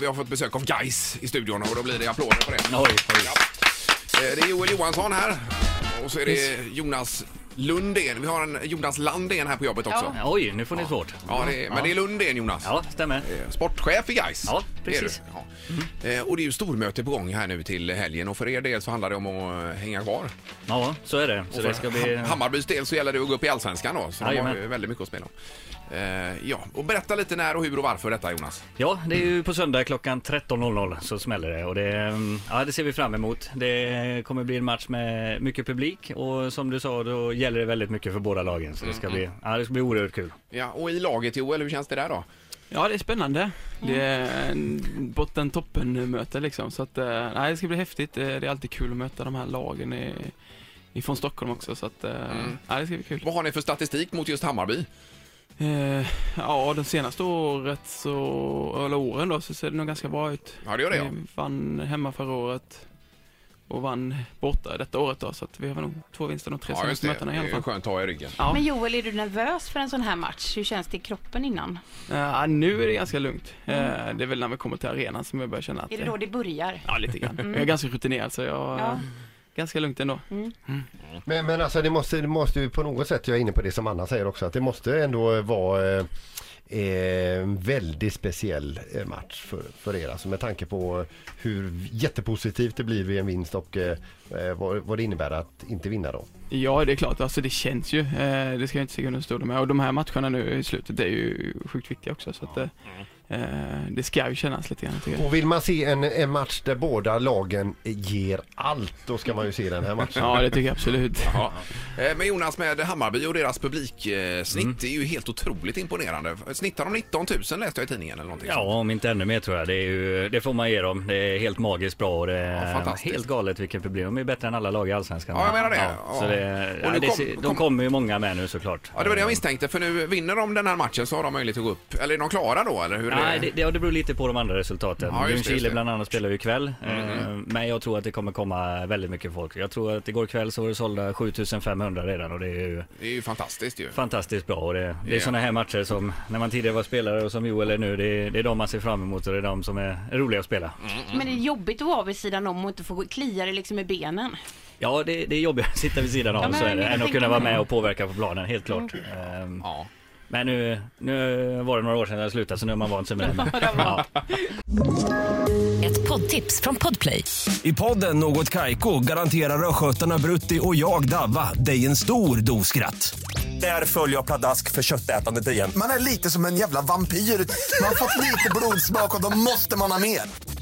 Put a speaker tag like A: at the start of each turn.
A: vi har fått besök av Guys i studion och då blir det applåder på det.
B: Oj, oj.
A: Ja. Eh, Det är Joel Johansson här och så är det Jonas Lundén. Vi har en Jonas Landén här på jobbet också.
B: Ja, Oj, nu får ni svårt.
A: Ja, det är, men det är Lundén Jonas.
B: Ja, stämmer.
A: Eh, Sportchef i Gais.
B: Ja, precis. Mm.
A: Det är du. Ja. Eh, Och det är ju stormöte på gång här nu till helgen och för er del så handlar det om att eh, hänga kvar.
B: Ja, så är det. Så det ska bli...
A: Ham- Hammarbys del så gäller det att gå upp i Allsvenskan då, så de har
B: Jajamän.
A: ju väldigt mycket att spela om. Eh, Ja, och berätta lite när och hur och varför detta Jonas.
B: Ja, det är ju på söndag klockan 13.00 så smäller det och det, mm, ja, det ser vi fram emot. Det kommer bli en match med mycket publik och som du sa då gäller det väldigt mycket för båda lagen så det
A: Mm,
B: ska bli, ja, det ska bli oerhört kul.
A: Ja, och i laget Joel, hur känns det där då?
C: Ja, det är spännande. Det är en botten-toppen-möte liksom. Så att, eh, nej, det ska bli häftigt. Eh, Det är alltid kul att möta de här lagen i, ifrån Stockholm också. Så att, eh,
A: Mm.
C: nej, det ska bli kul.
A: Vad har ni för statistik mot just Hammarby?
C: Eh, ja, det senaste året så, eller åren då, så ser det nog ganska bra ut.
A: Ja, det gör det ja.
C: Vi vann hemma förra året och vann borta detta året då. Så att vi har väl nog två vinster de tre
A: Ja, just
C: senaste
A: det.
C: mötena i alla
A: Det är
C: fall.
A: skönt att ha i ryggen.
C: Ja.
D: Men Joel, är du nervös för en sån här match? Hur känns det i kroppen innan?
C: Eh, nu är det ganska lugnt. Eh, det är väl när vi kommer till arenan som jag börjar känna att...
D: Mm. Är det då det börjar?
C: Ja, lite grann. Jag är ganska rutinerad så jag...
D: Ja.
C: Ganska lugnt ändå.
E: Men, men alltså det måste, det måste ju på något sätt, jag är inne på det som Anna säger också, att det måste ändå vara eh, eh, en väldigt speciell eh, match för, för er. Alltså med tanke på hur jättepositivt det blir vid en vinst och eh, eh, vad, vad det innebär att inte vinna då.
C: Ja, det är klart. Alltså det känns ju. Eh, det ska jag inte sticka under stol med. Och de här matcherna nu i slutet det är ju sjukt viktiga också. Så att, eh, eh, det ska ju kännas lite grann tycker jag.
E: Och vill man se en, en match där båda lagen ger allt, då ska man ju se den här matchen.
C: Ja, det tycker jag absolut.
A: Ja. Eh, Men Jonas, med Hammarby och deras publiksnitt
B: Mm.
A: det är ju helt otroligt imponerande. Snittar de 19 000 läste jag i tidningen eller någonting.
B: Ja, om inte ännu mer tror jag. Det, är ju, det får man ge dem. Det är helt magiskt bra och det
A: Ja,
B: är
A: fantastiskt.
B: helt galet vilken publik. De är bättre än alla lag i Allsvenskan.
A: Ja, jag menar det. Ja.
B: Så
A: Och
B: det, ja,
A: nu
B: det
A: kom-
B: ser-
A: kom-
B: de kommer ju många med nu såklart.
A: Ja, det var det jag misstänkte, för nu vinner de den här matchen så har de möjlighet att gå upp. Eller är de klara då, eller hur? är
B: Nej, det, det, ja, det beror lite på de andra resultaten.
A: Ja, just det, just
B: Ljungskile
A: det. Mhm.
B: bland annat spelar ju ikväll. Eh, men jag tror att det kommer komma väldigt mycket folk. Jag tror att igår kväll så var det sålda 7500 redan och det är ju
A: Det är ju fantastiskt ju.
B: fantastiskt bra. Och det, det är
A: Ja.
B: sådana här matcher som när man tidigare var spelare och som Joel är nu. Det, är- det är de man ser fram emot och det är de som är roliga att spela.
A: Mm.
D: Men det är jobbigt att vara vid sidan om och inte få klia dig liksom i benen.
B: Ja, det, det är jobbigare att sitta vid sidan av
D: Ja, men
B: så är
D: jag
B: det, än att
D: tänker
B: kunna vara
D: mig.
B: med och påverka på planen, helt klart. Ehm,
A: Ja.
B: Men nu, nu var det några år sedan jag slutade så nu har man vant sig med det. Ja.
F: Ett poddtips från Podplay.
G: I podden Något Kaiko garanterar östgötarna Brutti och jag, Davva, dig en stor dos skratt. Där följer jag pladask för köttätandet igen.
H: Man är lite som en jävla vampyr. Man har fått lite blodsmak och då måste man ha mer.